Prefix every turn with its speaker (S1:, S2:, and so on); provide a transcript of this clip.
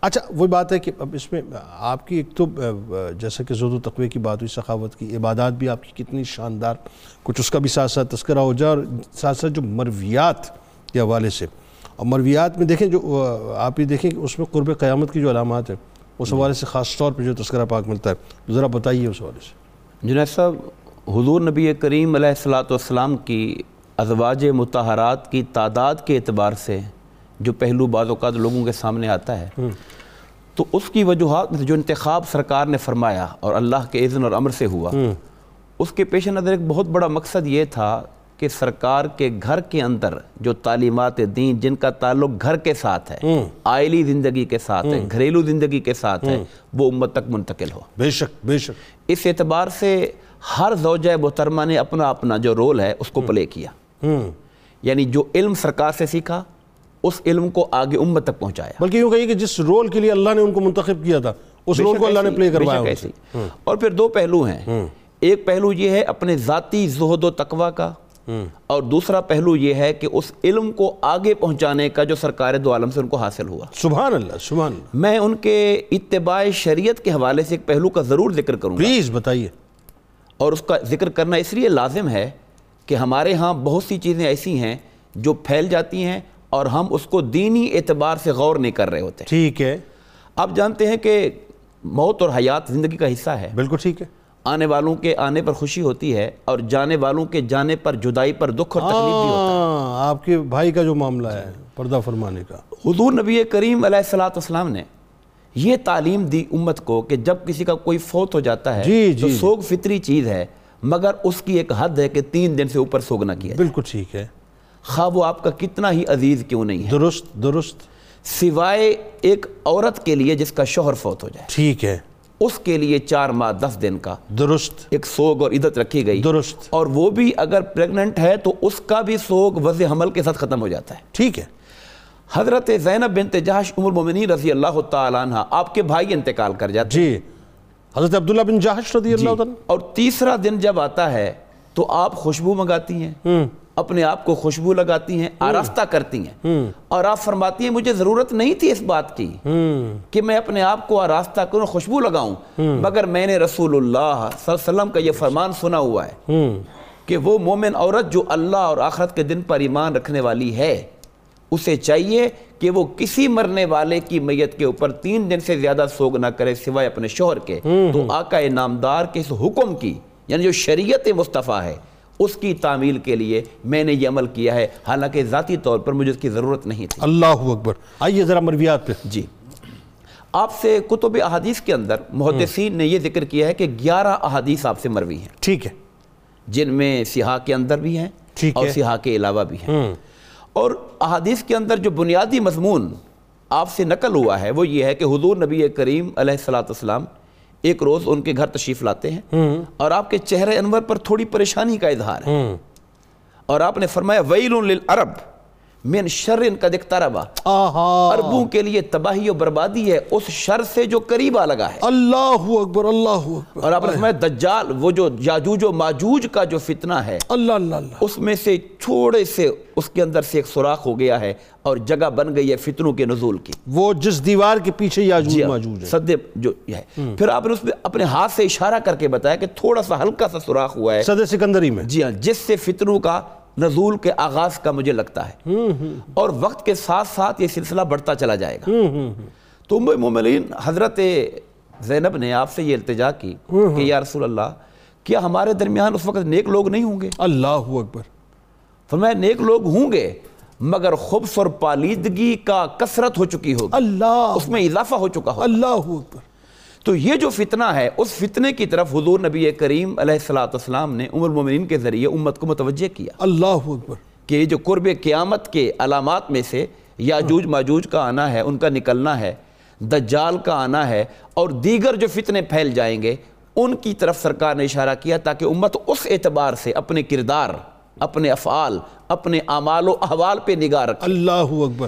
S1: اچھا وہی بات ہے کہ اب اس میں آپ کی ایک تو جیسا کہ زود و تقوی کی بات ہوئی سخاوت کی عبادات بھی آپ کی کتنی شاندار کچھ اس کا بھی ساتھ ساتھ تذکرہ ہو جائے اور ساتھ ساتھ جو مرویات کے حوالے سے اور مرویات میں دیکھیں جو آپ یہ دیکھیں کہ اس میں قرب قیامت کی جو علامات ہیں اس حوالے سے خاص طور پہ جو تذکرہ پاک ملتا ہے ذرا بتائیے اس حوالے سے
S2: جنید صاحب حضور نبی کریم علیہ السلاۃ والسلام کی ازواج متحرات کی تعداد کے اعتبار سے جو پہلو بعض اوقات لوگوں کے سامنے آتا ہے تو اس کی وجوہات میں سے جو انتخاب سرکار نے فرمایا اور اللہ کے اذن اور امر سے ہوا اس کے پیش نظر ایک بہت بڑا مقصد یہ تھا کہ سرکار کے گھر کے اندر جو تعلیمات دین جن کا تعلق گھر کے ساتھ ہے آئلی زندگی کے ساتھ ہے گھریلو زندگی کے ساتھ ہے وہ امت تک منتقل ہو
S1: بے شک بے شک
S2: اس اعتبار سے ہر زوجہ محترمہ نے اپنا اپنا جو رول ہے اس کو پلے کیا یعنی جو علم سرکار سے سیکھا اس علم کو آگے امت تک پہنچایا
S1: بلکہ یوں کہیے کہ جس رول کے لیے اللہ نے ان کو منتخب کیا تھا اس رول کو اللہ نے پلے کروایا ان سے۔
S2: اور پھر دو پہلو ہیں ایک پہلو یہ ہے اپنے ذاتی زہد و تقوی کا اور دوسرا پہلو یہ ہے کہ اس علم کو آگے پہنچانے کا جو سرکار دو عالم سے ان کو حاصل ہوا
S1: سبحان اللہ سبحان اللہ
S2: میں ان کے اتباع شریعت کے حوالے سے ایک پہلو کا ضرور ذکر کروں گا
S1: پلیز بتائیے
S2: اور اس کا ذکر کرنا اس لیے لازم ہے کہ ہمارے ہاں بہت سی چیزیں ایسی ہیں جو پھیل جاتی ہیں اور ہم اس کو دینی اعتبار سے غور نہیں کر رہے ہوتے
S1: ٹھیک ہے
S2: آپ جانتے ہیں کہ موت اور حیات زندگی کا حصہ ہے
S1: بالکل ٹھیک ہے
S2: آنے والوں کے آنے پر خوشی ہوتی ہے اور جانے والوں کے جانے پر جدائی پر دکھ اور تکلیف بھی ہوتا
S1: ہاں آپ کے بھائی کا جو معاملہ ہے پردہ فرمانے کا
S2: ہے حضور نبی کریم علیہ السلاۃ والسلام نے یہ تعلیم دی امت کو کہ جب کسی کا کوئی فوت ہو جاتا
S1: جی،
S2: ہے
S1: جی،
S2: تو
S1: جی۔
S2: سوگ فطری چیز ہے مگر اس کی ایک حد ہے کہ تین دن سے اوپر سوگ نہ کیا جائے۔
S1: بالکل ٹھیک ہے
S2: خواہ وہ آپ کا کتنا ہی عزیز کیوں نہیں ہے
S1: درست درست
S2: سوائے ایک عورت کے لیے جس کا شوہر فوت ہو جائے
S1: ٹھیک ہے
S2: اس کے لیے چار ماہ دس دن کا
S1: درست
S2: ایک سوگ اور عدت رکھی گئی
S1: درست
S2: اور وہ بھی اگر پریگننٹ ہے تو اس کا بھی سوگ وضع حمل کے ساتھ ختم ہو جاتا ہے
S1: ٹھیک ہے
S2: حضرت زینب بنت جہش عمر مومنی رضی اللہ تعالیٰ عنہ آپ کے بھائی انتقال کر جاتے
S1: جی حضرت عبداللہ بن جاہش رضی
S2: ہیں
S1: اللہ تعالیٰ
S2: اور تیسرا دن جب آتا ہے تو آپ خوشبو منگاتی ہیں اپنے آپ کو خوشبو لگاتی ہیں آراستہ کرتی ہیں اور آپ فرماتی ہیں مجھے ضرورت نہیں تھی اس بات کی کہ میں اپنے آپ کو آراستہ کروں خوشبو لگاؤں مگر میں نے رسول اللہ صلی اللہ علیہ وسلم کا یہ فرمان سنا ہوا ہے
S1: ہوں
S2: کہ وہ مومن عورت جو اللہ اور آخرت کے دن پر ایمان رکھنے والی ہے اسے چاہیے کہ وہ کسی مرنے والے کی میت کے اوپر تین دن سے زیادہ سوگ نہ کرے سوائے اپنے شوہر کے تو آقا نامدار کے اس حکم کی یعنی جو شریعت مصطفیٰ ہے اس کی تعمیل کے لیے میں نے یہ عمل کیا ہے حالانکہ ذاتی طور پر مجھے اس کی ضرورت نہیں تھی
S1: اللہ اکبر آئیے ذرا مرویات پہ
S2: جی آپ سے کتب احادیث کے اندر محدثین نے یہ ذکر کیا ہے کہ گیارہ احادیث آپ سے مروی ہیں
S1: ٹھیک ہے
S2: جن میں سیاہ کے اندر بھی ہیں
S1: ٹھیک
S2: اور
S1: ہے۔
S2: سیاہ کے علاوہ بھی ہیں اور احادیث کے اندر جو بنیادی مضمون آپ سے نقل ہوا ہے وہ یہ ہے کہ حضور نبی کریم علیہ السلاۃ والسلام ایک روز ان کے گھر تشریف لاتے ہیں اور آپ کے چہرے انور پر تھوڑی پریشانی کا اظہار ہے اور آپ نے فرمایا ویل للعرب من شر قد اقتربا
S1: آہا
S2: عربوں کے لیے تباہی و بربادی ہے اس شر سے جو قریب آ لگا ہے
S1: اللہ اکبر اللہ اکبر
S2: اور آپ نے فرمایا دجال وہ جو یاجوج و ماجوج کا جو فتنہ ہے
S1: اللہ اللہ اللہ
S2: اس میں سے چھوڑے سے اس کے اندر سے ایک سوراخ ہو گیا ہے اور جگہ بن گئی ہے فتنوں کے نزول کی
S1: وہ جس دیوار کے پیچھے یاجوج
S2: جی۔
S1: موجود جی، ہے
S2: سدے جو یہ ہے پھر آپ نے اس میں اپنے ہاتھ سے اشارہ کر کے بتایا کہ تھوڑا سا ہلکا سا سوراخ ہوا ہے
S1: صدر سکندری میں
S2: جی ہاں جس سے فتنوں کا نزول کے آغاز کا مجھے لگتا ہے اور وقت کے ساتھ ساتھ یہ سلسلہ بڑھتا چلا جائے گا تو ام مومنین حضرت زینب نے آپ سے یہ التجا کی کہ یا رسول اللہ کیا ہمارے درمیان اس وقت نیک لوگ نہیں ہوں گے
S1: اللہ اکبر
S2: فرمایا نیک لوگ ہوں گے مگر خبص اور پالیدگی کا کثرت ہو چکی ہوگی
S1: اللہ
S2: اس میں اضافہ ہو چکا ہو
S1: اللہ اکبر
S2: تو یہ جو فتنہ ہے اس فتنے کی طرف حضور نبی کریم علیہ السلاۃ والسلام نے عمر مومنین کے ذریعے امت کو متوجہ کیا
S1: اللہ اکبر
S2: کہ یہ جو قرب قیامت کے علامات میں سے یاجوج ماجوج کا آنا ہے ان کا نکلنا ہے دجال کا آنا ہے اور دیگر جو فتنے پھیل جائیں گے ان کی طرف سرکار نے اشارہ کیا تاکہ امت اس اعتبار سے اپنے کردار اپنے افعال اپنے اعمال و احوال پہ نگاہ رکھے
S1: اللہ اکبر